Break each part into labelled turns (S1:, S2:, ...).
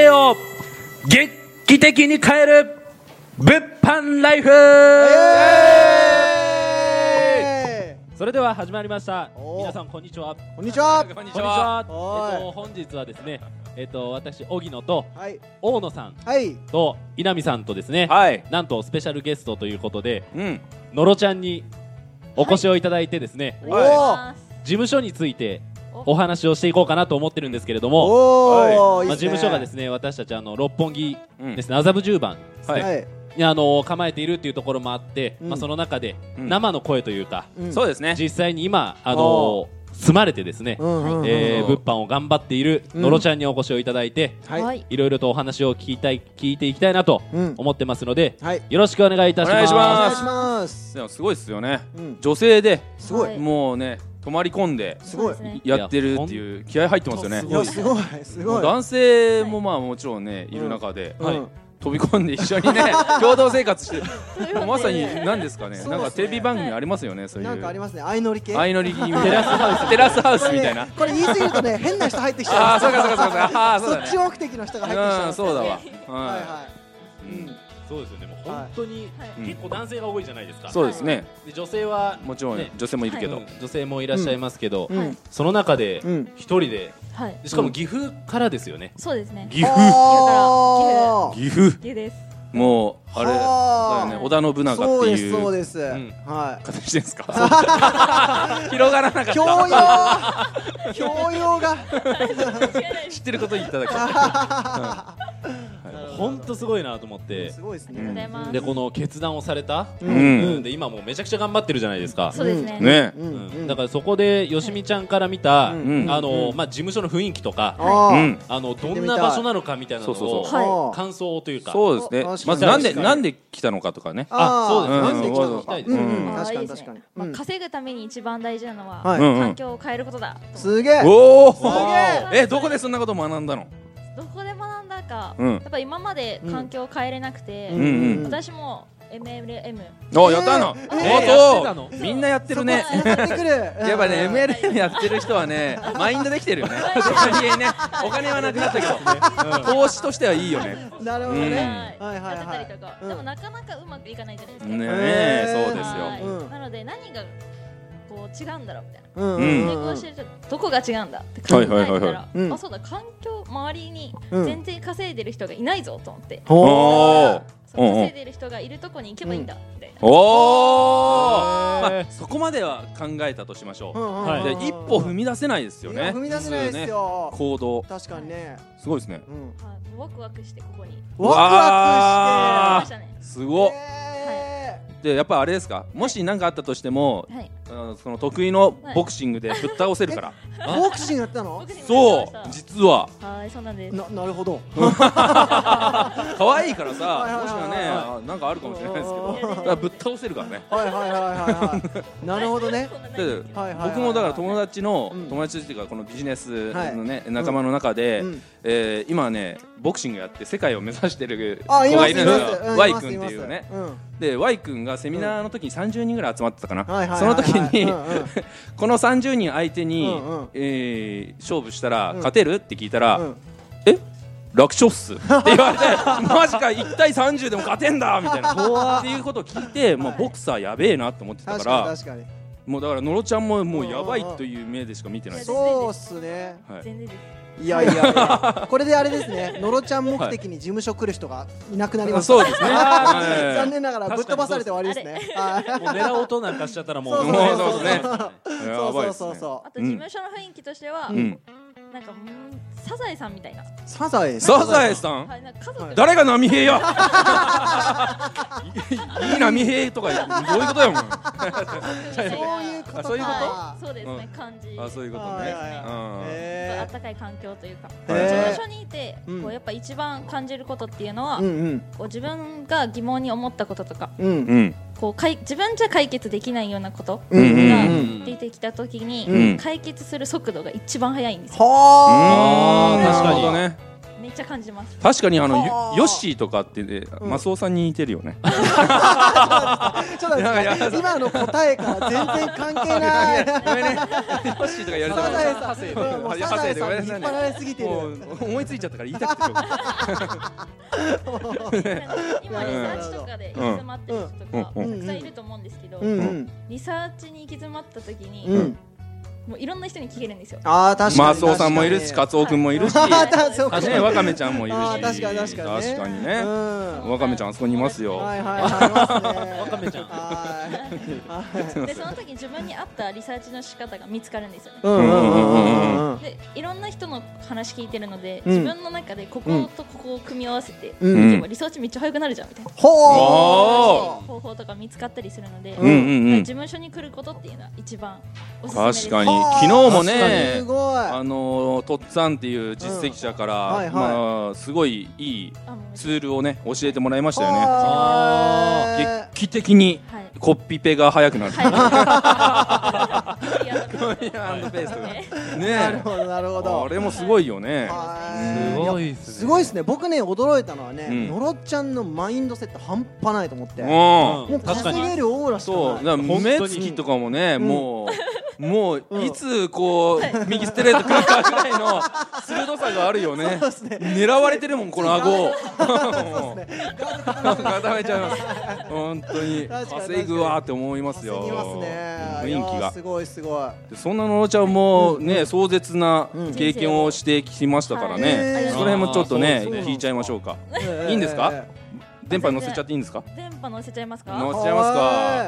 S1: よ劇的に変える物販ライフそれでは始まりました
S2: おー
S1: 皆さんこんにちは
S2: こんにちは。
S3: こんに
S1: こ
S3: ち
S1: んにち
S3: は。
S1: は
S2: おーい
S1: えっと本日はですねえっと私荻野と
S2: はい。
S1: 大野さん
S2: はい。
S1: と稲見さんとですね
S3: はい。
S1: なんとスペシャルゲストということで
S3: うん。
S1: のろちゃんにお越しをいただいてですね、
S2: お
S3: はい
S1: 事務所についてお話をしていこうかなと思ってるんですけれど
S2: お
S1: も、
S2: おお。
S1: まあ、事務所がです
S2: ね。
S1: ね私たちあの六本木
S3: うん
S1: ですね麻布十番です
S3: は
S1: ね、
S3: い
S2: はい。
S1: にあの構えているっていうところもあって、
S2: うん
S1: まあ、その中で
S3: うん
S1: 生の声というか、
S2: うん
S3: そうですね。
S1: 実際に今あの住まれてですね、
S2: うんうんうん。
S1: えー
S3: うん
S1: 物販を頑張っている
S2: うん
S1: のろちゃんにお越しをいただいて、
S2: はい。
S1: いろいろとお話を聞いたい聞いていきたいなと
S2: うん
S1: 思ってますので、
S2: はい。
S1: よろしくお願いいたします。
S3: お願いし
S2: お
S3: ま
S2: 願いします。
S3: でもすごいですよね。
S2: うん。
S3: 女性で、
S2: すごい。
S3: もうね、泊まり込んで、
S2: すごい。
S4: そうですね
S3: やってるっていう気合入ってますよね
S1: い。
S2: いやすごいす
S3: も
S2: ご
S3: う
S2: い。
S3: 男性もまあもちろんね、いる中で、
S2: うん
S1: はい
S3: 飛び込んで一緒に ね、共同生活して、
S4: ね
S3: まさに何ですかね、
S2: そうです
S3: な
S2: ね
S3: んかテレビ番組ありますよね、そういう。
S2: なんかありますね。相乗り系。
S3: 相乗りみたいな。テラスハウスみ たいな。
S2: これねこれ言い過ぎると ね変な人入ってきちゃ
S3: ああ、
S2: う。
S3: そうかそうかそうか。ああー、そう
S2: そ
S3: だ
S2: っ
S3: ね
S2: ち。目的の人が入ってきちゃ
S3: うん、そうだわ。うん
S2: はいは
S3: うん
S1: そうですよねもう
S2: はい
S1: 本当に、
S4: はい
S1: 結構男性が多いじゃないですか。
S3: そうですね。
S1: で女性は
S3: もちろん
S1: ね
S3: 女性もいるけ
S1: けど、
S3: ど。
S1: 女性もいらっしゃいますけど、
S2: い。うん。
S1: その中で
S2: うん
S1: 一人で、
S4: はい。
S1: しかも岐阜からですよね。
S4: そうですね。
S3: 岐
S2: あー
S3: 岐阜
S4: ゆです。
S3: もうあれ
S2: はあ
S3: だよね織田信長っ
S2: そう
S3: て
S2: ですそう
S3: いう
S2: です。
S1: ん
S2: はい。
S3: 形ですか 広がらなかっ
S2: 教
S3: た
S2: 養教養が。
S3: 知ってること言っただけ
S1: 本当すごいなと思って
S2: す。ごいです
S3: う
S4: ありがとうご
S3: ん
S2: ね。
S4: ざいます。
S1: でこの決断をされた、
S2: う
S3: うん
S1: うんんで今もうめちゃくちゃ頑張ってるじゃないですか。
S4: そうですね。
S3: ね
S2: う
S1: うん
S2: んうん。
S1: だからそこでよしみちゃんから見た、
S2: うん
S3: うん
S1: あのまあ事務所の雰囲気とか、
S2: あ
S3: う
S2: ー
S3: ん
S1: あのどんな場所なのかみたいなの
S3: そうそう
S1: を
S3: そう
S4: はい
S2: あー
S1: 感想というか。
S3: そうですね
S2: あ確かに
S3: まずなんでなんで来たのかとかね
S1: あそうですね
S2: なんで来たのか。
S1: うん
S2: うん
S3: う
S2: うん
S3: ん
S2: 確かに
S4: あーいいで
S2: 確
S4: すね
S2: かに。
S4: まあ
S2: うん
S4: 稼ぐために一番大事なのは
S2: はい
S3: うんうん
S4: 環境を変えることだ。
S2: すげえ。
S3: おお
S2: す
S4: げえ
S3: えどこでそんなこと学んだの
S4: どこで学んだか。
S3: うん
S4: やっぱ今まで環境を変えれなくて、
S2: うん
S3: うん
S4: 私も MLM
S3: おやったの
S2: えー
S1: えーやってた
S3: お
S1: の
S3: っとみんなやってるね
S2: そこはやってくる。
S3: やっぱね
S2: うん
S3: MLM やってる人はねマインドできてるよねとはいえねお金はなくなったけど投資としてはいいよね
S2: なるほど
S3: うん
S2: ね。
S4: はい
S2: はいはいはい
S4: やってたりとか、
S2: うん
S4: でもなかなかうまくいかないじゃないですか。
S3: ね
S2: へー
S3: えそうですよ
S4: はい
S2: うん
S4: なので何がこう違うんだろうみたいな。
S2: うん
S3: うん
S4: 成功してる人どこが違うんだって考えたら、
S3: はいはいはいはい
S2: うん
S4: あそうだ環境周りに
S2: うん
S4: 全然稼いでる人がいないぞと思って、
S2: ほー
S3: おー
S4: そ
S3: う
S4: う
S3: んうん
S4: 稼いでる人がいるとこに行けばいいんだみたいな、
S3: おお
S1: へ
S3: ま
S1: ー
S3: あ、そこまでは考えたとしましょ
S2: うん
S3: う、
S2: うん
S1: はい
S3: で一歩踏み出せないですよ
S2: いや
S3: ね
S2: 踏み出せないですよ。
S3: 行動
S2: 確かにね。
S3: すごいですね
S2: うん
S4: あもうワクワクしてここに
S3: わー
S2: ワク
S3: あー
S4: 来
S2: ワ
S4: ましたね
S3: す
S2: ク
S3: ごっ
S2: して。え
S3: でやっぱあれですかもし何かあったとしても、
S4: はい
S3: あのその得意のボクシングでぶっ倒せるから、
S2: ーボクシングやってたの
S4: 僕？にも
S3: そ
S4: 言われ
S3: う
S4: まし
S3: 実は
S4: たはいそうなんです
S2: ななるほど。
S3: 可愛いからさ
S2: はいはい
S3: もし
S2: はい
S3: かねあなんかあるかもしれないですけど
S2: うん
S3: だからぶっ倒せるからね
S2: はいはいはいはいはい。なるほどね。
S4: そんなない
S3: で
S2: はいはいはいはい。
S3: 僕もだから友達の、
S2: うん
S3: 友達っていうかこのビジネスのね、仲間の中で、
S2: うん
S3: えー今ねボクシングやって世界を目指してる
S2: あい
S3: 子
S2: ま
S3: が
S2: す
S3: い
S2: い
S3: る
S2: ま
S3: の
S2: すう
S3: よ。
S2: ん
S3: Y
S2: います
S3: 君
S2: い
S3: っ
S2: ま
S3: て
S2: す
S3: いうね
S2: うん
S3: で Y 君がセミナーの時に30人ぐらい集まってたかな、
S2: はいはいはいはい
S3: その時に、
S2: うんうん
S3: この30人相手に、
S2: うんうん
S3: えー勝負したら
S2: うん
S3: 勝てるって聞いたら、
S2: うん
S3: え楽勝っすって 言われてマジか1対30でも勝てんだみたいなっていうことを聞いて、もうボクサーやべえなと思ってた
S2: 確
S3: か
S2: からに確かに。
S3: もうだからのろちゃんももうやばいという目でしか見てないです、
S2: そうっすね。
S3: はい、
S4: 全然です
S2: いやいやい や。これであれですね。のろちゃん目的に事務所来る人がいなくなります。
S3: そうですねはい
S2: 残念ながらぶっ飛ばされて終わりですね。はい。
S1: もう狙おうとなんかしちゃったらもう
S2: そう
S3: そうそうそう
S1: も
S2: そう
S3: やばい
S2: そう
S3: っす
S2: そう
S3: ね
S2: そ
S4: あと事務所の雰囲気としては、
S3: うん、
S4: なんかうーんサザエさんみたいな、
S2: う。サザエ。
S3: サザエさん
S4: はい、なんか家族が、
S3: 誰が波 平やいい波平とかどういうことやもん
S2: そういうこと
S3: あ
S2: か。
S3: そういうこと
S4: はいそうですね、
S3: うん
S4: 感じ
S3: あそういうこと
S2: はい
S3: ね
S2: はいはい。
S4: あっ
S2: へ
S4: たかい環境というか、
S2: へ
S3: ー
S4: 事務所にいて、
S2: うん
S4: こうやっぱ一番感じることっていうのは、
S2: ーうん
S4: こう自分が疑問に思ったこととか
S2: うんうん
S3: うんうん
S4: こうかい自分じゃ解決できないようなこと
S2: うんうん
S4: が
S2: うん。
S4: 出てきた時に、
S2: うん
S4: 解決する速度が一番速いんですよ、
S2: は
S3: あ
S1: ー
S3: あ
S1: 確かに
S3: ね
S4: うめっちゃ感 じます
S3: 確かにあの
S2: はあ
S3: よヨッシーとかってね、
S2: うん
S3: マスオさんに似てるよね。
S2: ちょっと待ってください今の答えから全然関係ない
S3: ごめんね。ヨッシーとかやると
S2: サザエさ
S3: ハセイとか
S2: んもう
S3: いや
S2: サ
S3: ハ
S2: ザ
S3: セ
S2: エ
S3: イでごめん
S2: さん
S3: な
S2: に引っ張ら
S3: さいね
S2: れすぎてる
S3: もう思いついちゃったから言いたくてしょうがない。
S4: 今リサーチとかで行き詰まってる人とか
S3: うん
S2: うん
S4: たくさんいると思うんですけど、
S2: うんうん
S4: リサーチに行き詰まった時に、
S2: うん
S4: もういろんな人に聞けるんですよ
S2: ああ確かに
S3: マスオさんもいるし、カ
S2: 確
S3: ツオ君もいるし、
S2: か
S4: はい
S2: にあーそうか
S3: ねワカメちゃんもいる
S2: あー確
S3: し。
S2: かに確かにね
S3: 確かに
S2: う
S3: ね。
S2: ん
S3: ワカメちゃんあそこにいますよ。
S2: はいはいはいわ
S5: かめちゃん
S2: はい
S4: でその時自分に合ったリサーチの仕方が見つかるんですよね
S2: うんうんうんうんうん
S4: でいろんな人の話聞いてるので、
S2: うん
S4: 自分の中でこことここを組み合わせていけば、
S2: うん
S4: リサーチめっちゃ早くなるじゃんみたいな、
S2: ほ
S3: お
S2: ー
S4: 方法とか見つかったりするので、
S3: うんうんうん
S4: 事。務所に来ることっていうのは一番おすすめです
S3: 確か
S2: はあ
S3: に昨日も
S2: す
S3: ね。
S2: ごい
S3: あのーとっつぁんっていう実績者から、
S2: うんはいはい
S3: まあ、すごいいい
S4: あもう
S3: ツールをね教えてもらいましたよね
S2: は
S3: 劇的に
S4: はい
S3: コピペが早くなる、
S4: はい。いや
S3: コピーペーストがね
S2: いなる
S3: え
S2: ほどなるほど
S3: あれもすごいよね
S2: は
S5: す
S2: い
S5: ごいですね。
S2: すごいですね僕ね驚いたのはね、
S3: うん
S2: のろちゃんのマインドセット半端ないと思って、
S3: う
S2: も
S3: ん
S2: う
S5: 確か
S2: 稼
S5: に。
S2: げるオーラしか
S3: そう
S2: ない
S3: だから目つきとかもね、
S2: ん
S3: も うもう、
S2: うん
S3: いつこう右ストレート来るかぐらいの鋭さがあるよね
S2: そうですね
S3: 狙われてるもんこの顎を
S2: そうですね
S3: 固めちゃいます本当に
S2: 確かに
S3: 稼ぐわって思いますよ
S2: 稼ぎますねい
S3: 雰囲気
S2: やー
S3: が
S2: すごいすごい
S3: でそんなのろちゃんもね、壮絶な
S2: うん
S3: 経験をしてきましたからね、
S2: はい
S3: その辺もちょっとね
S5: あーそうですね
S3: 聞いちゃいましょうか
S2: い
S3: いいんですか電波に乗せちゃっていいんですか
S4: 電波乗せちゃいます
S3: 乗
S4: か。
S3: せちゃいます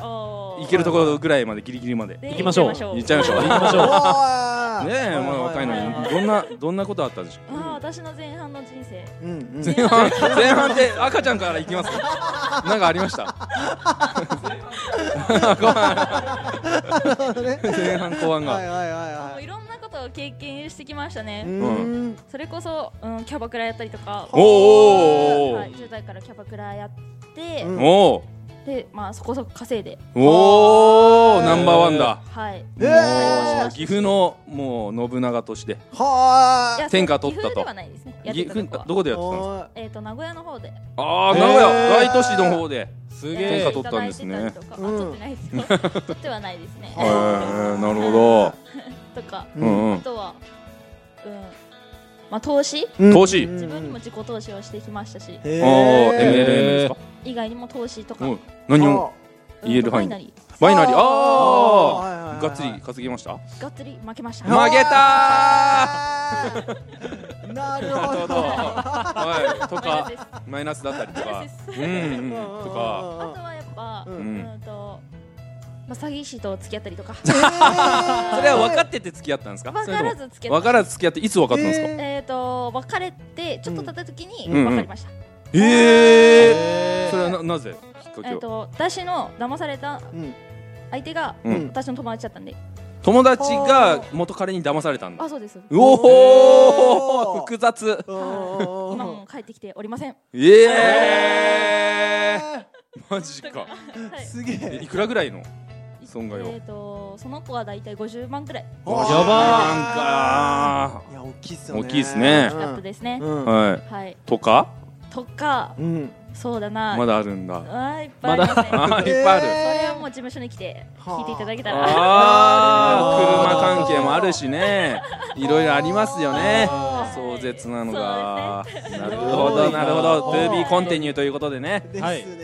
S3: か
S4: おー
S3: いけるところぐらいまでギリギリまで
S4: で
S5: 行きましょう
S3: いっちゃいましょうね
S5: 行きましょう。
S2: か
S3: えまだ若いのにどんなどんなことあったでしょ
S4: あー私の前半の人生。
S2: うんうん
S3: う前半前半で赤ちゃんからいきますなんかありました ごめん前半後
S2: はいはいは
S3: 半が
S2: い
S4: も
S2: は
S4: う
S2: い
S4: いろんなことを経験してきました
S2: う
S4: ね。
S2: ーん
S4: それこそ、うん、キャバクラやったりとか。
S3: おーお
S4: は
S3: ー
S4: い、10代からキャバクラやって、
S2: うん
S3: おー
S4: で、まあ、そこそこ稼いで。
S3: おーナンバーワンだ
S4: はい。
S2: えー
S3: 岐阜のもう信長として
S4: い
S2: は
S4: や
S3: 天下取ったと
S4: 岐阜ではないですね。やって
S3: 岐
S4: た
S3: 阜
S4: とこは
S3: どこで
S2: ー
S3: やってたんですか
S2: おー
S4: えっ、と、名古屋の方で。
S3: ああ名古
S2: へ
S3: 屋
S2: ー
S3: 大都市の方です
S5: げ
S4: や
S3: 天
S5: え
S3: 下。取ったんですね
S4: いただいてたりとかあ
S2: うん
S4: 取ってないですよ。取 ってはないですね。
S3: へーなるほ
S4: とか、
S3: どうんう
S4: あ
S3: ん
S4: とは、うん、まあ投資、
S2: うん
S3: 投資
S2: うん
S4: 自分にも自己投資をしてきましたし、
S2: へー
S3: おー MLM
S5: へー
S3: ですか
S4: 以外にも投資とか、
S3: うん何を
S4: うん
S3: 言える範囲
S4: バイナリー
S3: バイナリー
S2: あーはいはいはい
S3: あ
S2: は
S3: あ
S2: い
S3: がっつり稼ぎました
S4: がっつり負けました。
S3: 負けた
S2: ーなるほど
S3: はいと
S4: マイナス
S3: かマイナス
S4: です
S3: だったりと
S4: マ
S3: か
S4: イナス
S3: うんうんとか
S4: あとはやっぱ、
S2: う
S4: うんん、と、まあ、詐欺師と付き合ったりとか、
S3: それは分か
S2: っ
S3: ってて付き合ったんですか
S4: 分からず付き合っ
S3: 分
S4: た。
S3: からず付き合っていつ分かったんですか
S4: えっ、と別れてちょっと経った時に
S3: うん
S4: 分かりました。
S3: ええそれはななぜきっか
S4: え
S3: け
S4: っ
S3: は
S4: と私の騙された相手が、
S3: うん
S2: うん
S4: 私の友達だったんで、
S3: 友達が元彼に騙されたんだ
S4: あそうです。
S3: うお
S2: おー
S3: お複雑
S4: 今も帰ってきておりません。
S3: ええマジか
S4: はい
S2: すげ
S3: え
S2: え
S3: いくらぐらいの損害を
S4: えっ、とその子はだいたい50万くらい
S2: や
S3: ば
S2: いや大きいっすよね
S3: 大きいっすね
S4: アップですね、
S2: うん
S3: はい
S4: はい
S3: とか
S4: とか
S2: うん
S4: そうだな
S3: まだあるんだ
S4: あーいっぱいあります
S3: あ
S4: ね、
S3: ーいっぱいある
S4: そ
S2: えー
S4: れをもう事務所に来て聞いていただけた ら
S3: あ
S2: なるほど
S3: ー車関係もあるしねいろいろありますよね
S2: はい
S3: 壮絶なのが、なるほ
S2: そうです
S3: ど
S2: ね
S3: なるほど
S2: お
S3: To
S2: ー
S3: be continue ということでね
S2: で
S5: はい
S2: す
S3: う
S2: ね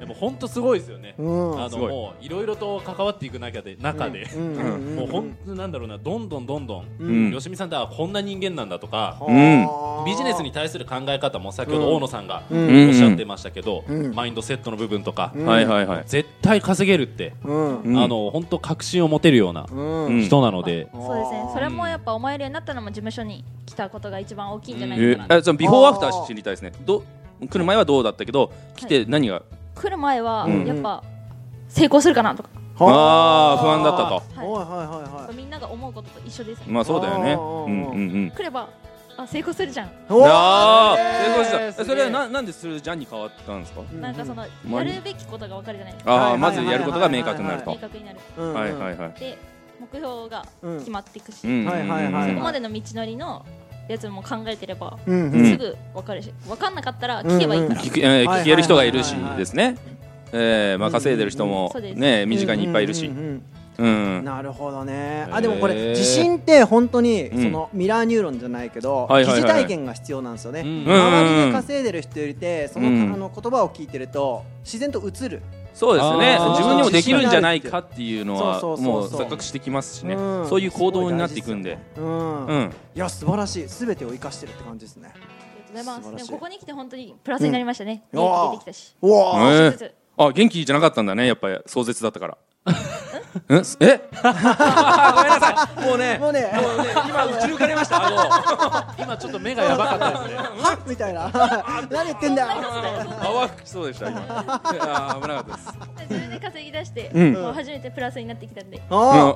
S5: で
S3: ん
S5: も本当すごいですよね。
S2: うん
S5: あ
S3: す
S5: の
S3: ごい
S5: もういろいろと関わっていく中で中で。
S2: うんう
S5: もう
S2: ん
S5: 本当なんだろうなどんどんどんどん、
S2: う
S3: うん
S5: 吉見さんってあこんな人間なんだとか
S3: うん
S5: ビジネスに対する考え方も先ほ
S2: うん
S5: ど大野さんが
S2: うん
S5: おっしゃってましたけど、
S2: うん
S5: マインドセットの部分とか、
S2: うん
S3: はいはいはい
S5: 絶対稼げるって、
S2: うん
S3: うん
S5: あの本当確信を持てるような
S2: うん
S3: うん
S5: 人なので、
S4: そうですねそれもやっぱ思えるようになったのも事務所に来たことが一番大きいんじゃない
S3: え
S4: かな、
S3: あじゃあビフォーアフター知りたいですねど来る前はどうだったけど来て何が、
S4: 来る前は
S3: うん
S4: やっぱ成功するかなとか、
S3: ああ不安だったと
S2: はい
S4: はい
S2: はいはいはい
S4: みんなが思うことと一緒です、ね
S3: まあそうだよね
S2: あー
S3: うんうんうん
S4: 来ればあ成功するじゃん、
S2: おー
S3: ああ
S2: すげ
S3: 成
S2: え
S3: 功したえそれは
S2: すげえ
S3: ななんでするじゃんに変わったんですか
S4: なんかその
S3: うん
S4: やるべきことが分かるじゃないですか
S3: あ
S2: は
S3: あ
S2: いは
S3: ま
S2: いはい
S3: ず
S2: はい
S3: やることが明確になると
S4: 明確になる
S2: うん
S3: はいはいはい
S4: で目標が決まっていくし、
S2: はいはいはい
S3: うん
S4: ここまでの道のりのやつも考えてれば、
S2: うんうん
S4: すぐ分かるし分かんなかったら聞けばいいから、
S3: 聞けえー
S2: はい
S3: 聞ける人がいるし
S2: はいはいはい
S3: ですね。えーまあ稼いでる人も
S4: そうです
S3: ね身近にいっぱいいるし
S2: うんう。んうん
S3: う
S2: うん
S3: ん。
S2: なるほど
S5: へ
S2: ね
S5: ー
S2: あでもこれ地震って本当に
S3: う
S2: そ
S3: ん
S2: のミラーニューロンじゃないけど
S3: はい
S2: 疑
S3: はいはい
S2: 似体験が必要なんですよね
S5: うん
S2: 周りで稼いでる人よりてその
S3: うん
S2: あの言葉を聞いてると自然と映る
S3: そうですね
S5: あー
S3: 自分にもできるんじゃないかっていうのは
S2: そうそう
S3: も
S2: そううそう
S3: 錯覚してきますしね
S2: うん
S3: そういう行動になっていくんで。
S2: すごい大事ですよ
S3: う
S2: ねうん
S3: ん
S2: いや素晴らしい全てを生かしてるって感じですね
S4: ありがとうござい
S2: 素晴らし
S4: ます
S2: い
S4: でもここに来て本当にプラスになりましたね、
S2: うん
S4: 元気出てきたし
S2: うわ
S3: え
S4: 少しずつ
S3: あ元気じゃなかったんだねやっぱり壮絶だっ たから。んえごめんなさいもうね
S2: ーもうね
S3: もうね今打ち抜かれました顎を。
S5: 今ちょっと目がやばかったですね
S2: はっみたいな 何言ってんだよ
S3: 泡吹きそうでした 今。いやー危なかったです。
S4: それで稼ぎ出して、
S3: うん
S4: もう初めてプラスになってきたんで
S2: あ
S3: うんあ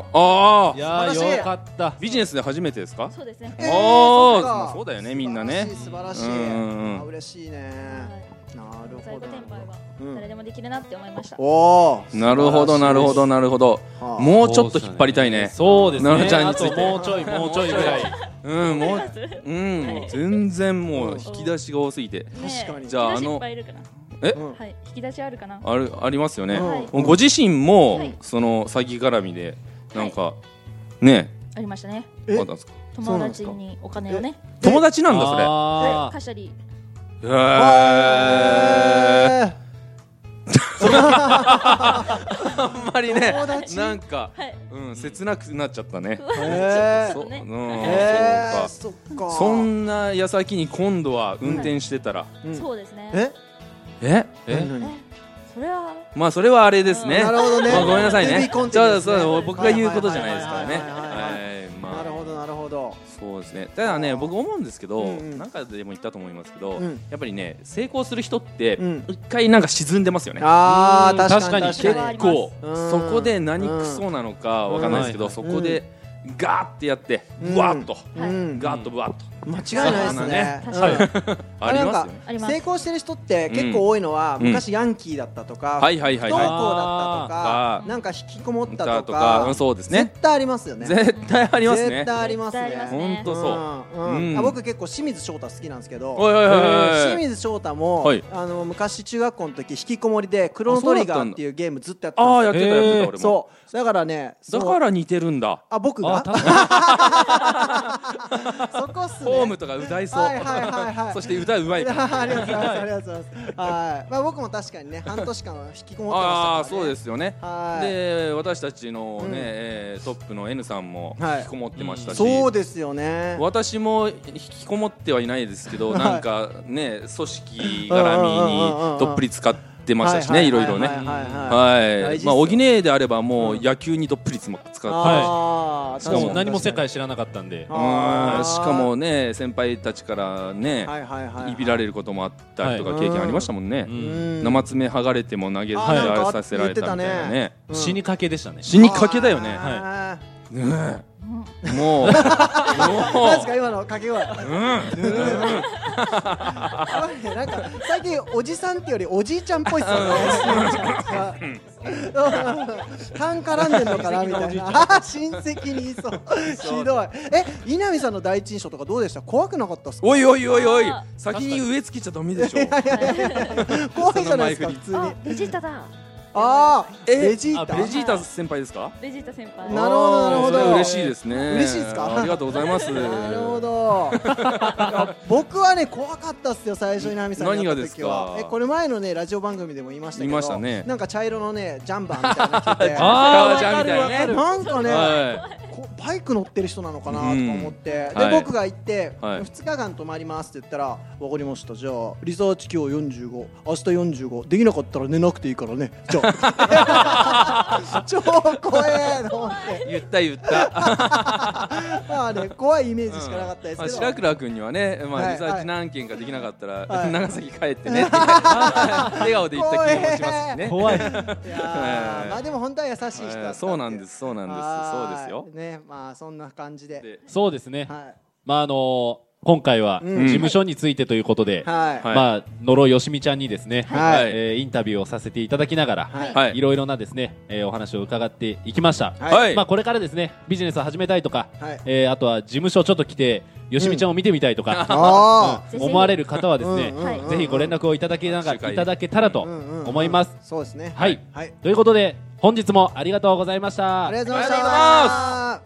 S5: い
S3: あ
S5: や
S2: 素晴らしい
S5: ーよかった
S3: ビジネスで初めてですか。
S4: そうですね、
S2: えー
S3: お
S2: そっ
S3: ー
S2: か
S3: まあそうだよねみんなね
S2: 素晴らしい素
S3: う
S2: 晴
S3: んうんう
S2: らし
S3: ん
S2: いあ嬉しいねなる
S4: 在
S2: ほど
S4: 庫転売は
S2: うん
S4: 誰でもできるなって思いました、
S2: おー
S3: なるほどなるほどなるほど。
S2: はあ
S3: もうちょっと引っ張りたいね。
S5: そうですね
S3: 奈々ちゃんについて
S5: あともうちょいもうちょいぐらい
S3: うんもううんもう全然もう引き出しが多すぎて。
S2: 確かに
S3: じゃああ
S4: 引き出しいっ
S3: の
S4: ぱいいるかな
S3: え
S2: うん
S4: はい引き出しあるかな
S3: あるありますよね。
S2: はい
S3: もうご自身も
S4: はい
S3: その詐欺絡みでなんかね
S4: ありましたね
S3: あ
S2: え
S3: ったんですか。
S2: そう
S4: 友
S2: なんです
S4: 達
S2: か
S4: にお金をね
S3: 友達なんだそれ。
S5: あー
S4: 貸したり
S3: へーあんまりね
S2: 友達
S3: なんか
S4: はい
S3: うん切なくなっちゃったね。
S2: え
S4: そ
S3: そうう
S4: ね
S3: うん
S2: え
S3: そう
S2: ー
S3: か。
S2: そっか
S3: そんな矢先に今度は運転してたら、
S2: うん
S4: そうですね
S2: え
S3: え
S2: 何
S3: え
S2: 何
S4: それは
S3: まあそれはあれですね
S2: なるほどね
S3: まあ、ごめんなさいね
S2: TV コン
S3: ち
S2: テンツ
S3: ょ
S2: で
S3: っ
S2: すね
S3: と僕が言うことじゃないですからね
S2: はいはいはいはいはい
S3: はいま
S2: なる
S3: あ
S2: ほどなるほど
S3: そうですねただね僕思うんですけど、
S2: うんうん
S3: なんかでも言ったと思いますけど、
S2: うん
S3: やっぱりね成功する人って
S2: うん
S3: 一回なんか沈んでますよね、
S2: あー
S5: うん
S2: 確か
S5: 確
S2: に
S4: かに
S2: 確
S4: それはあ
S2: か
S4: り
S2: に
S3: 結構
S2: うん
S3: そこで何クソなのかわかんないですけど、
S5: うん
S3: そこでガーってやって、
S2: うん
S3: うわっと、
S4: はい
S2: うん
S3: ガーッとぶわっと、
S2: 間違いないですね
S4: 確かに
S2: うん
S3: ありますよね
S4: あります
S2: 成功してる人って結構多いのは
S3: うん
S2: 昔ヤンキーだったとか
S3: はいはいは
S2: 不
S3: い
S2: 登校だっ
S3: は
S2: たと
S3: あ
S2: か
S3: ー
S2: なんか引きこもっ
S3: い
S2: たと
S3: う
S2: か
S3: んそうですね
S2: 絶対ありますよね
S3: 絶対ありますね
S2: 絶対あります
S4: 絶対あり
S2: ね
S4: ますね
S3: 本当そう。
S2: うんうん
S3: うん
S2: あ僕結構清水翔太好きなんですけど
S3: おいおいおいおい
S2: 清水翔太も
S3: はい
S2: あの昔中学校の時引きこもりでクロノトリガーっていうゲームずっとやって
S3: あ
S2: た
S3: あ
S2: ん
S3: やっ
S2: で
S3: てたやってた俺
S2: すよ
S3: も。
S2: そうだからねそ
S3: だ
S2: の
S3: から似てるんだ。
S2: あ僕が
S5: あー
S2: そこっすね
S3: ホームとか歌いそう
S2: はいはいはいは。い
S3: そし て歌うまいから。
S2: ありがとうございます。ありがとうございます。はい。まあ僕も確かにね、半年間は引きこもってましたから、ね。
S3: ああそうですよね。
S2: はい。
S3: で私たちの
S2: うん
S3: ねえートップの N さんも
S2: はい
S3: 引きこもってましたし。
S2: そうですよね。
S3: 私も引きこもってはいないですけど、
S2: はい
S3: なんかね組織絡みにどっぷり使ってましたしね、いろいろね。
S2: はいはいはい。
S3: はい
S2: 大事っ。す
S3: まあ
S2: よ
S3: おぎねえであればもう
S2: うん
S3: 野球にどっぷりつま使って。
S2: あー
S5: しかも何も世。
S2: 確
S5: 界
S2: に
S5: 知らなかったんで
S2: あ
S3: うんしかも
S2: ね、
S3: ね先輩たちからね、
S2: はいはいはいはい
S3: いびられることもあったりとか
S2: はい
S3: 経験ありましたもんね、
S5: うん
S2: うん
S3: 生爪剥がれても投げ
S2: あ
S3: さ
S2: ーなんか
S3: せられたみたいなね
S2: うん
S5: 死にかけでしたね
S3: 死にかけだよね
S2: あ
S3: ね
S4: うん
S3: えもうもう
S2: ー何ですか今の掛け声。うんなんか最近おじさんってよりおじいちゃんっぽいっすよね。 勘絡んでんのかなみたいな。 親戚にいそう。ひどい。え稲見さんの第一印象とかどうでした？怖くなかったっすか？
S3: おいおいおいおい
S4: あ
S3: 先に植え付けちゃダメでしょ
S2: 怖いじゃないですか普通に。
S4: あベジータだ
S2: ああ
S3: え
S2: ベジー
S5: あ
S2: タ。
S3: ベジータ先輩ですか
S4: ベジータ先輩
S2: なるほどなるほど
S3: それ嬉しいですね
S2: 嬉しいですか
S3: ありがとうございます
S2: なるほどいや僕はね怖かったっすよ最初にナミさんに会った時
S3: 何が
S2: は
S3: ですか
S2: えこれ前のねラジオ番組でも言いましたけど
S3: 言いましたね
S2: なんか茶色のねジャンバーみたいなの着てて
S3: あー
S5: わかるわかる
S2: なんかね、
S3: は
S2: こバイク乗ってる人なのかなとか思って、
S3: うんは
S2: で
S3: い
S2: 僕が行って、
S3: はい
S2: 2日間泊まりますって言ったら「分かりましたじゃあリサーチ今日45明日45できなかったら寝なくていいからねじゃ あ」超怖えと思って
S3: い言った言った
S2: まあね怖いイメージしかなかったです
S3: ま
S2: け
S3: あ
S2: ど、
S3: 白倉君にはねま
S2: は
S3: あ
S2: い
S3: リサーチ何件かできなかったら
S2: はい
S3: 長崎帰ってね 笑顔で言った気もしますしね
S5: 怖い
S2: いやーまあでも本当は優しい人だったってい
S3: えーそうなんですそうなんですそうですよ
S2: はいねまあそんな感じで
S3: で
S5: そうですね
S2: はい
S5: まああのー
S1: 今回は
S2: うん
S1: 事務所についてということで、
S2: は
S1: まあ、野呂よしみちゃんにですね、
S2: はい
S1: えーインタビューをさせていただきながら、、
S2: はい
S3: はい
S1: ろいろなですね、えーお話を伺っていきました、
S2: はい
S3: はい
S1: まあ、これからですねビジネスを始めたいとか、
S2: はい
S1: えーあとは事務所ちょっと来てよしみちゃんを見てみたいとか、
S2: あ
S4: うん
S1: 思われる方はですね、
S2: うんうん
S4: うんうん
S1: ぜひご連絡をいただけなが
S3: 確からに
S1: いただけたらと
S2: あ、うんうんうん
S1: 思います、。
S2: そうですね。
S1: はい
S2: はい。
S1: ということで本日もありがとうございました
S2: ありがとうございまし
S3: ありがとうござ
S2: た。
S3: い